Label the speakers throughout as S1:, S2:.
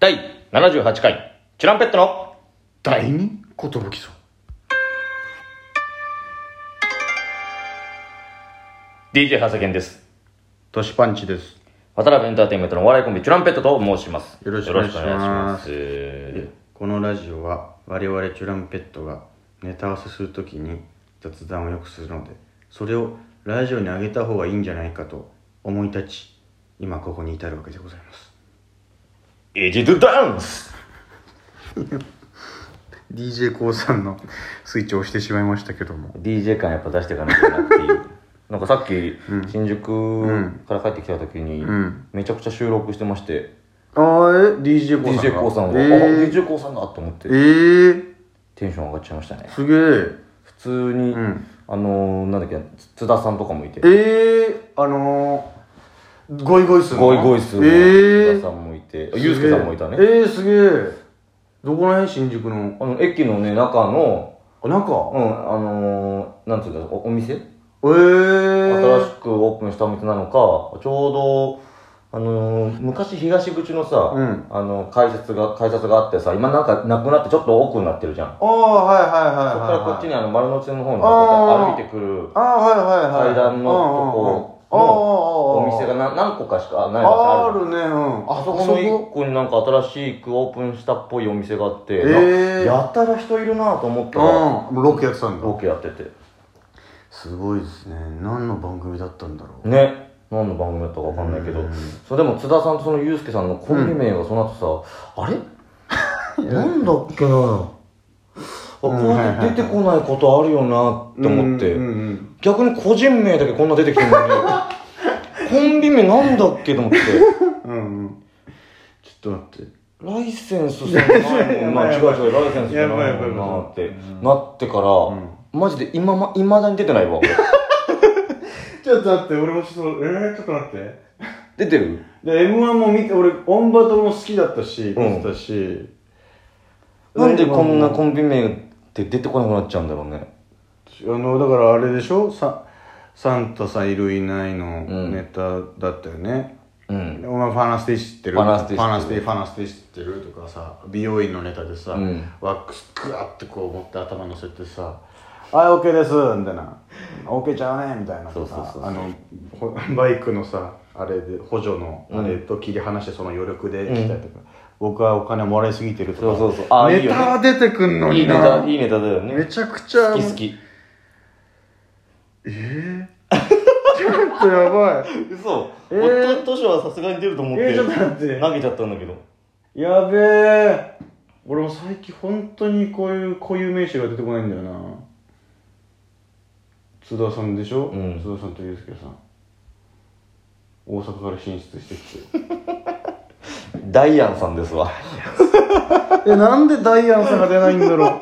S1: 第78回、チュランペットの
S2: 第二ことぶきそう。
S1: DJ 長谷健です。
S2: トシパンチです。
S1: 渡辺エンターテインメントのお笑いコンビ、チュランペットと申します。
S2: よろしくお願いします
S1: よろしくお願いし
S2: このラジオは我々チュランペットがネタ合わせするときに雑談をよくするので、それをラジオに上げた方がいいんじゃないかと思い立ち、今ここに至るわけでございます。
S1: ます。エジドダンス
S2: DJ コウさんのスイッチを押してしまいましたけども。
S1: !DJ 感やっぱ出していかなきゃなっていう。 なんかさっき、新宿から帰ってきた時に、
S2: ん
S1: めちゃくちゃ収録してまして、
S2: あーえ ?DJ コウさん
S1: DJ
S2: が
S1: k o さんが、
S2: え
S1: あ
S2: ー、
S1: DJ k o さんだと思って
S2: え、ー、
S1: テンション上がっちゃいましたね。
S2: すげえ。
S1: 普通に、
S2: ん
S1: あのー、なんだっけ、津田さんとかもいて、
S2: ええあのー、ゴイゴイスーの
S1: ゴイゴイスーの
S2: え
S1: 津
S2: ー
S1: 田さんもいて、あゆうすけさんもいたね
S2: え。ー、すげえどこらへん新宿の
S1: あの、駅のね、中の、
S2: あなん
S1: う
S2: か
S1: ん、あのー、なんていうんだろう、おお店、
S2: えー、
S1: 新しくオープンしたお店なのか、ちょうど、あのー、昔東口のさ、
S2: うん
S1: あの、改札が、改札があってさ、今なんかなくなってちょっと奥になってるじゃん。
S2: ああはいはいはい
S1: そっ
S2: は
S1: か
S2: い
S1: らこっちにあの、丸の内の方に
S2: あー
S1: 歩いてくる
S2: ああはいはいは
S1: 階
S2: い
S1: 段のとこ
S2: ああ
S1: お
S2: ああああ
S1: 店がな何個かしかない場所あるじゃん
S2: あるねうん
S1: あそこの一個になんか新しくオープンしたっぽいお店があって、な
S2: えー
S1: やたら人いるなと思ったら、
S2: あうんロケやってたんだ
S1: ロケやってて。
S2: すごいですね何の番組だったんだろう
S1: ね。何の番組だったかわかんないけど、そうでも津田さんとそのユースケさんのコンビ名がその後さ、あれなんだっけなあこうやって出てこないことあるよなって思って、
S2: うんうんうん
S1: 逆に個人名だけこんな出てきてる のに、コンビ名なんだっけと 思って、
S2: うんうんちょっと待って
S1: ライセンスじゃないもんな、違う違う、ライセンスじゃないもんなってなってから、マジで今ま、いまだに出てないわ。
S2: ちょっと待って俺もちょっとえー、ちょっと待って
S1: 出てる
S2: で m 1も見て俺オンバトルも好きだったし見てたし、
S1: なんでこんなコンビ名って出てこなくなっちゃうんだろうね。
S2: あのだからあれでしょササンタさんいるいないの
S1: ん
S2: ネタだったよね、
S1: うん。
S2: お前ファナステ知ってる
S1: ファナステ知ってる
S2: ファナステファナステ知ってるとかさ美容院のネタでさ、
S1: うん
S2: ワックスグワッてこう持って頭乗せてさ「はい OK です」みたいな「OK ちゃうね」みたいな
S1: そうそう
S2: さ
S1: そう
S2: あのほバイクのさあれで補助のあれと切り離してその余力で来たりとか、僕はお金もらいすぎてるとか
S1: そうそうそうあーいい
S2: ネ
S1: よね
S2: タは出てくんの
S1: い
S2: に
S1: いネ
S2: な
S1: タ、いいネタだよね。
S2: めちゃくちゃ
S1: 好き好き。
S2: ちょっとやばい
S1: 嘘。
S2: えー
S1: 夫としはさすがに出ると思って、
S2: えーちょっと待って
S1: 投げちゃったんだけど。
S2: やべえ俺も最近本当にこういう固有名詞が出てこないんだよな津田さんでしょ、
S1: うん
S2: 津田さんとユースケさん大阪から進出してきて
S1: ダイアンさんですわ。
S2: えなんでダイアンさんが出ないんだろう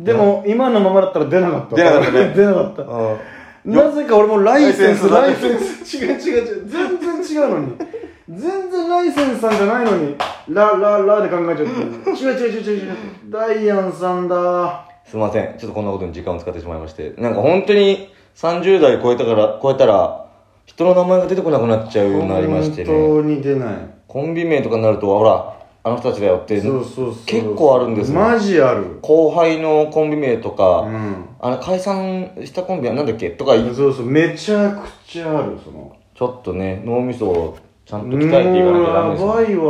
S2: でも今のままだったら出なかった
S1: 出なかったね
S2: 出なかったなぜか俺もライセンス、
S1: ラ
S2: ラ
S1: イ
S2: イ
S1: セ
S2: センス、違う違う違う、全然違うのに。全然ライセンスさんじゃないのに、ラ、ラ、ラで考えちゃってる。違う違う違う違う違う。ダイアンさんだ。
S1: すいません。ちょっとこんなことに時間を使ってしまいまして。なんか本当に30代超えたから、超えたら、人の名前が出てこなくなっちゃうようになりましてね。
S2: 本当に出ない。
S1: コンビ名とかになると、ほら、あの人たちだよって、
S2: そうそうそう。
S1: 結構あるんですよ
S2: マジある。
S1: 後輩のコンビ名とか、
S2: うん。
S1: あの解散したコンビはなんだっけとか、
S2: そうそう、めちゃくちゃある、その。
S1: ちょっとね、脳みそをちゃんと
S2: もう
S1: 鍛えていかなきゃダメです
S2: や
S1: よ
S2: ば。いわ。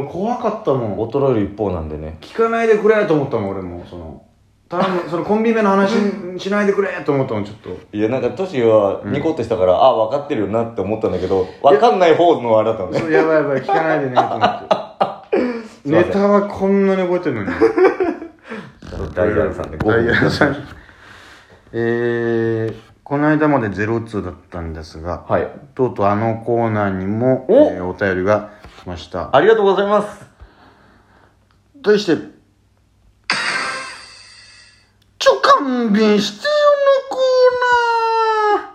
S2: 今怖かったもん。
S1: 衰える一方なんでね。
S2: 聞かないでくれと思ったもん俺もその頼むそのコンビ名の話 しないでくれと思ったもんちょっと
S1: いや、なんか、トシはニコッとしたから、あ、分かってるよなって思ったんだけど、分かんない方のあれだったのね。
S2: そうやばいやばい聞かないでねと 思ってネタはこんなに覚えてるのに
S1: ダイアンさんで5
S2: ダイアン
S1: 分。
S2: さん えー、この間までゼロツーだったんですが、
S1: はい。
S2: とうとうあのコーナーにも
S1: お
S2: お,、えーお便りが来ました
S1: ありがとうございます。
S2: 題して「ちょ勘弁してよのコーナ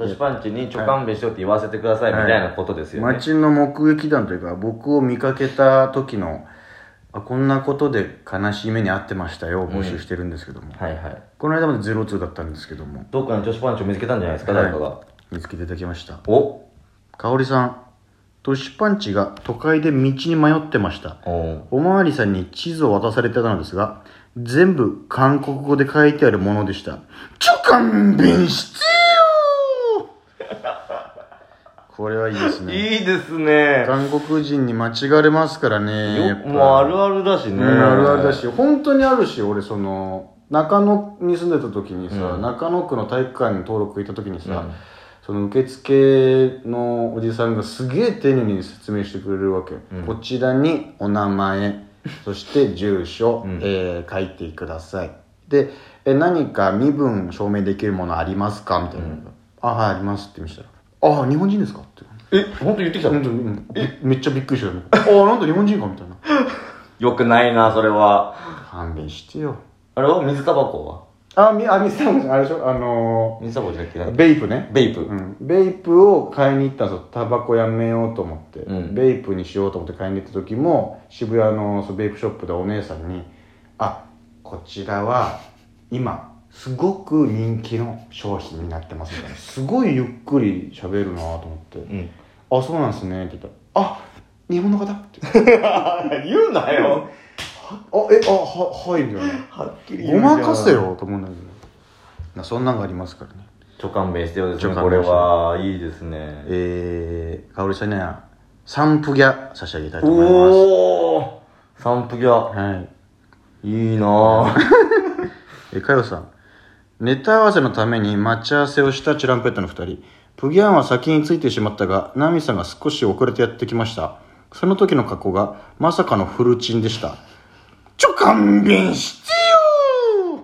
S2: ー」
S1: トシパンチにちょ勘弁しろって言わせてくださいみ
S2: はい
S1: たいなことですよね。
S2: 街の目撃談というか僕を見かけた時のあこんなことで悲しい目に遭ってましたよを募集してるんですけども、
S1: はいはい。
S2: この間までゼロツーだったんですけども
S1: どっかに女子パンチを見つけたんじゃないですか、誰かが。
S2: はい見つけていただきました
S1: お
S2: 香織さんトシパンチが都会で道に迷ってました
S1: うん
S2: おまわりさんに地図を渡されてたのですが全部韓国語で書いてあるものでしたちょ勘弁してよこれはいいですね
S1: いいですね
S2: 韓国人に間違われますからねや
S1: よ
S2: っぱ
S1: もうあるあるだし
S2: うん
S1: ね
S2: あるあるだし本当にあるし俺その中野に住んでた時にさ、
S1: うん
S2: 中野区の体育館に登録行った時にさ、
S1: うん
S2: その受付のおじさんがすげえ丁寧に説明してくれるわけ、
S1: うん
S2: こちらにお名前 そして住所、
S1: うん
S2: えー書いてくださいでえ何か身分証明できるものありますかみたいな、
S1: うん
S2: あはいありますって見せたらああ日本人ですかって
S1: え本当言ってきた
S2: 本当にうんめっちゃびっくりしたよああなんだ日本人かみたいな
S1: よくないなそれは
S2: 勘弁してよ
S1: あれは水タバコは
S2: あみあみさんあれでしょあの
S1: 水タバコじゃなくて
S2: ー
S1: 何
S2: ベイプね
S1: ベイプ、
S2: うん、ベイプを買いに行ったんですよタバコやめようと思って、
S1: うん
S2: ベイプにしようと思って買いに行った時も渋谷のそのベイプショップでお姉さんに「あこちらは今すごく人気の商品になってます」みたいなすごいゆっくり喋るなと思って「
S1: うん、
S2: あそうなんですね」って言ったら「あ日本の方?」って「あ
S1: 言うなよ
S2: えあははい」みたいな
S1: はっき
S2: ごまかせよと思うんだけどなそんなんがありますからね
S1: ちょ勘弁してよですね
S2: ちょ
S1: こ
S2: 勘
S1: れ
S2: 弁して
S1: はいいですね
S2: えー、かおりさんにはサンプギャ差し上げたいと思います
S1: おおサンプギャ
S2: はい。
S1: いいなぁ
S2: え、かよさん。ネタ合わせのために待ち合わせをしたチュランペットの二人。プギャンは先に着いてしまったが、ナミさんが少し遅れてやってきました。その時の格好が、まさかのフルチンでした。ちょ、勘弁してよ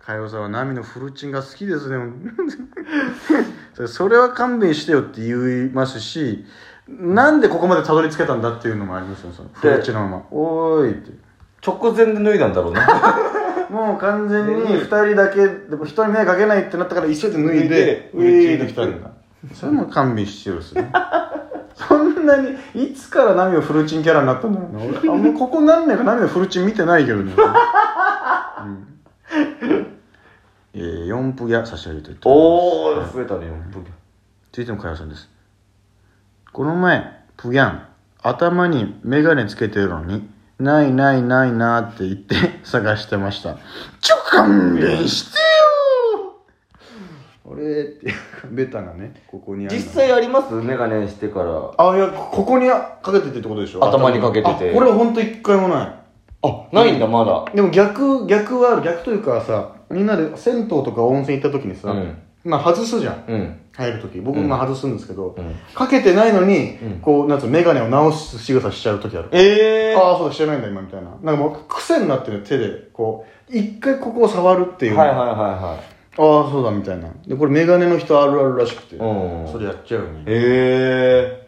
S2: かよさんはナミのフルチンが好きですね。 それそれは勘弁してよって言いますし、なんでここまでたどり着けたんだっていうのもありますよね。そのフルチンのまま。おーいって。
S1: 直前で脱いだんだろうな
S2: もう完全に2人だけでも人に迷惑かけないってなったから急いで 脱いで
S1: 脱いで
S2: 上に来たんだそれも勘弁してるですねそんなにいつからナミをフルチンキャラになったんだろうな俺あもうここ何年かナミのフルチン見てないけ どね、うんえー、4分や差し上げてと
S1: おお増えたねプギ
S2: 続いての会話さんですこの前プギャン頭にメガネつけてるのにないないないなーって言って 探してましたちょ勘弁してよ俺ってベタなねここに
S1: ャ実際ありますメガネしてから
S2: あいやここにかけててってことでしょ
S1: 頭にかけてて
S2: あこれほんと一回もない
S1: あないんだまだ
S2: でも逆逆はある逆というかさみんなで銭湯とか温泉行った時にさ、
S1: うん
S2: まあ外すじゃん
S1: うん
S2: 入る時僕も外すんですけど、
S1: うん
S2: かけてないのに、
S1: うん
S2: こう、なんつうの、メガネを直す仕草しちゃう時ある。
S1: ええ
S2: ああ、そうだ、してないんだ、今、みたいな。なんかもう、癖になってる、手で、こう、一回ここを触るっていう。
S1: はいはい
S2: ああ、
S1: は
S2: そうだ、みたいな。で、これ、メガネの人あるあるらしくて。
S1: いはいうん
S2: それやっちゃうよね。
S1: ええ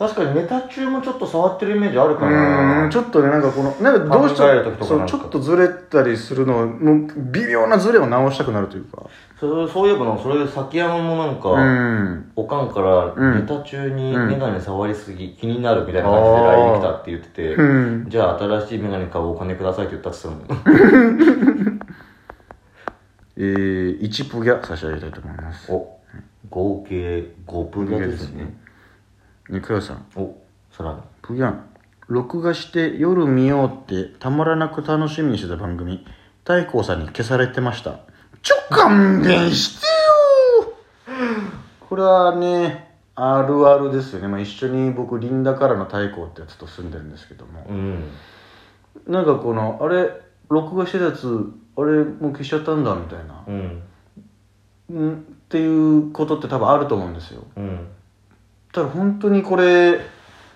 S1: 確かにネタ中もちょっと触ってるイメージある
S2: う
S1: か
S2: ー、
S1: なん
S2: ちょっとね、なんかこの、なんかどうして
S1: 考える時とか
S2: そ
S1: な
S2: う
S1: か
S2: んちょっとずれたりするのを、もう、微妙なずれを直したくなるというか。
S1: そうそういえばなそれ崎山もなんか、
S2: うん。
S1: おかんから
S2: うん
S1: ネタ中に
S2: うん
S1: メガネ触りすぎ、気になるみたいな感じで LINE 来たって言ってて、
S2: うん。
S1: じゃあ新しいメガネ買おうお金くださいって言ったって言ってたもん
S2: えー、1プギャ差し上げたいと思います。
S1: お合計5分だですね
S2: ね、かよさん。
S1: おさらに
S2: プギャン録画して夜見ようってたまらなく楽しみにしてた番組太閤さんに消されてましたちょ勘弁してよこれはねあるあるですよね、まあ、一緒に僕リンダからの太閤ってやつと住んでるんですけども
S1: うん
S2: なんかこのあれ録画してたやつあれもう消しちゃったんだみたいな
S1: うん
S2: うんっていうことって多分あると思うんですよ
S1: うん
S2: ただ本当にこれ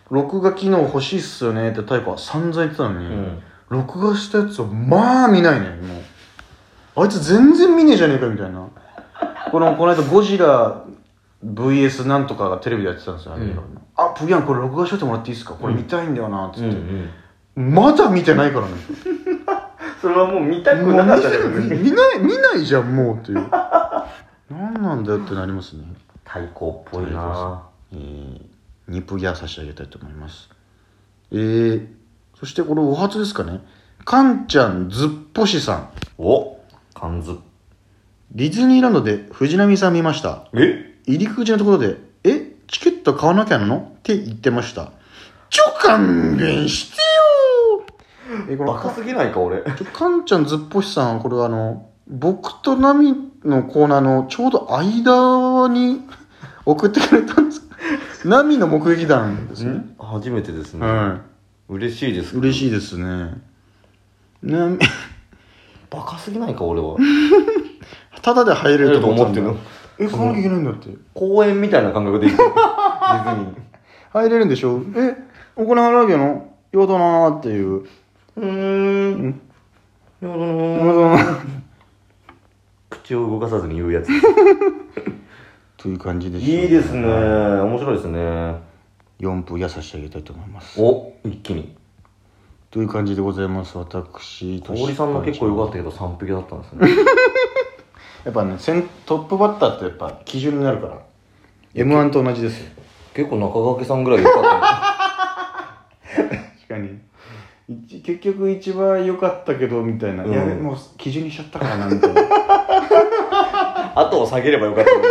S2: 録画機能欲しいっすよねって太鼓は散々言ってたのに、
S1: うん
S2: 録画したやつをまあ見ないねもうあいつ全然見ねえじゃねえかみたいなこのこの間ゴジラ VS なんとかがテレビでやってたんですよ、あれ
S1: うん
S2: あプギャンこれ録画しといてもらっていいですかこれ見たいんだよなっつ
S1: う
S2: っ
S1: んう
S2: て、
S1: ん
S2: まだ見てないからね
S1: それはもう見た
S2: もう見ない見ない見ないじゃんもうっていう何なんだよってなりますね
S1: 太鼓っぽいな
S2: えー、ニプギャー差し上げたいと思いますえー、そしてこれお初ですかねかんちゃんずっぽしさん
S1: お缶ズ
S2: ディズニーランドで藤波さん見ました
S1: え
S2: 入り口のところで「えチケッット買わなきゃなのって言ってました。ちょ、勘弁してよえ、この
S1: バカすぎないか俺
S2: ちょかんちゃんずっぽしさん、これはあの、僕とナミのコーナーのちょうど間に送ってくれたんです。ナミの目撃談ですね。
S1: 初めてですね、
S2: は
S1: 嬉しいです
S2: い。嬉しいですね。ナミ、
S1: バカすぎないか俺は
S2: ただで入れると思ってんの
S1: 入。
S2: え、買わなきゃいけないんだって。
S1: 公園み たいな感覚で行くディズニー
S2: 入れるんでしょえ、お金払うけのよだなーっていう。
S1: うーんなるほどな口を動かさずに言うやつい
S2: という感じでしょう
S1: いですね面白いですね
S2: 4分やさしてあげたいと思います。
S1: お一気に
S2: という感じでございます、私。
S1: 氷さんの結構良かったけど三匹だったんですね
S2: やっぱね先トップバッターってやっぱ基準になるから m 1と同じですよ
S1: 結構中掛さんぐらい良かった
S2: 確かに一結局一番良かったけどみたいな、
S1: うん
S2: いやもう基準にしちゃったからなみたいな
S1: の後を下げればよかったのに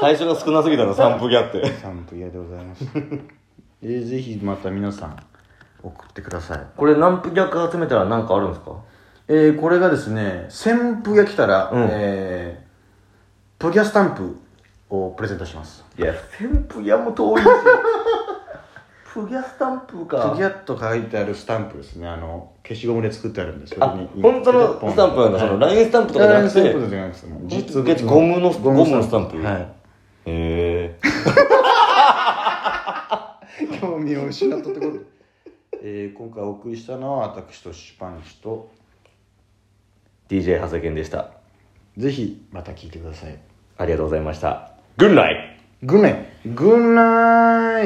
S1: 最初が少なすぎたの三匹あって
S2: 3分嫌でございますえーぜひまた皆さん送ってください
S1: これ何匹か集めたら何かあるんですか
S2: えーこれがですね旋風が来たら、
S1: うん
S2: えープギャスタンプをプレゼントします
S1: いや扇風屋も遠いしプギャスタンプ
S2: プ
S1: か
S2: ギャッと書いてあるスタンプですねあの消しゴムで作ってあるんです
S1: あ本当のスタンプなんだそのラインスタンプとかじゃなくて
S2: ラインスタンプじゃなくてもう実物の
S1: ゴムのゴムのスタンプ
S2: はい
S1: へえ
S2: 興味を失ったってことで、えー、今回お送りしたのは私とシパンチと
S1: DJ 長谷健でした
S2: ぜひまた聞いてください
S1: ありがとうございました。Good night!
S2: グンナイグンナイ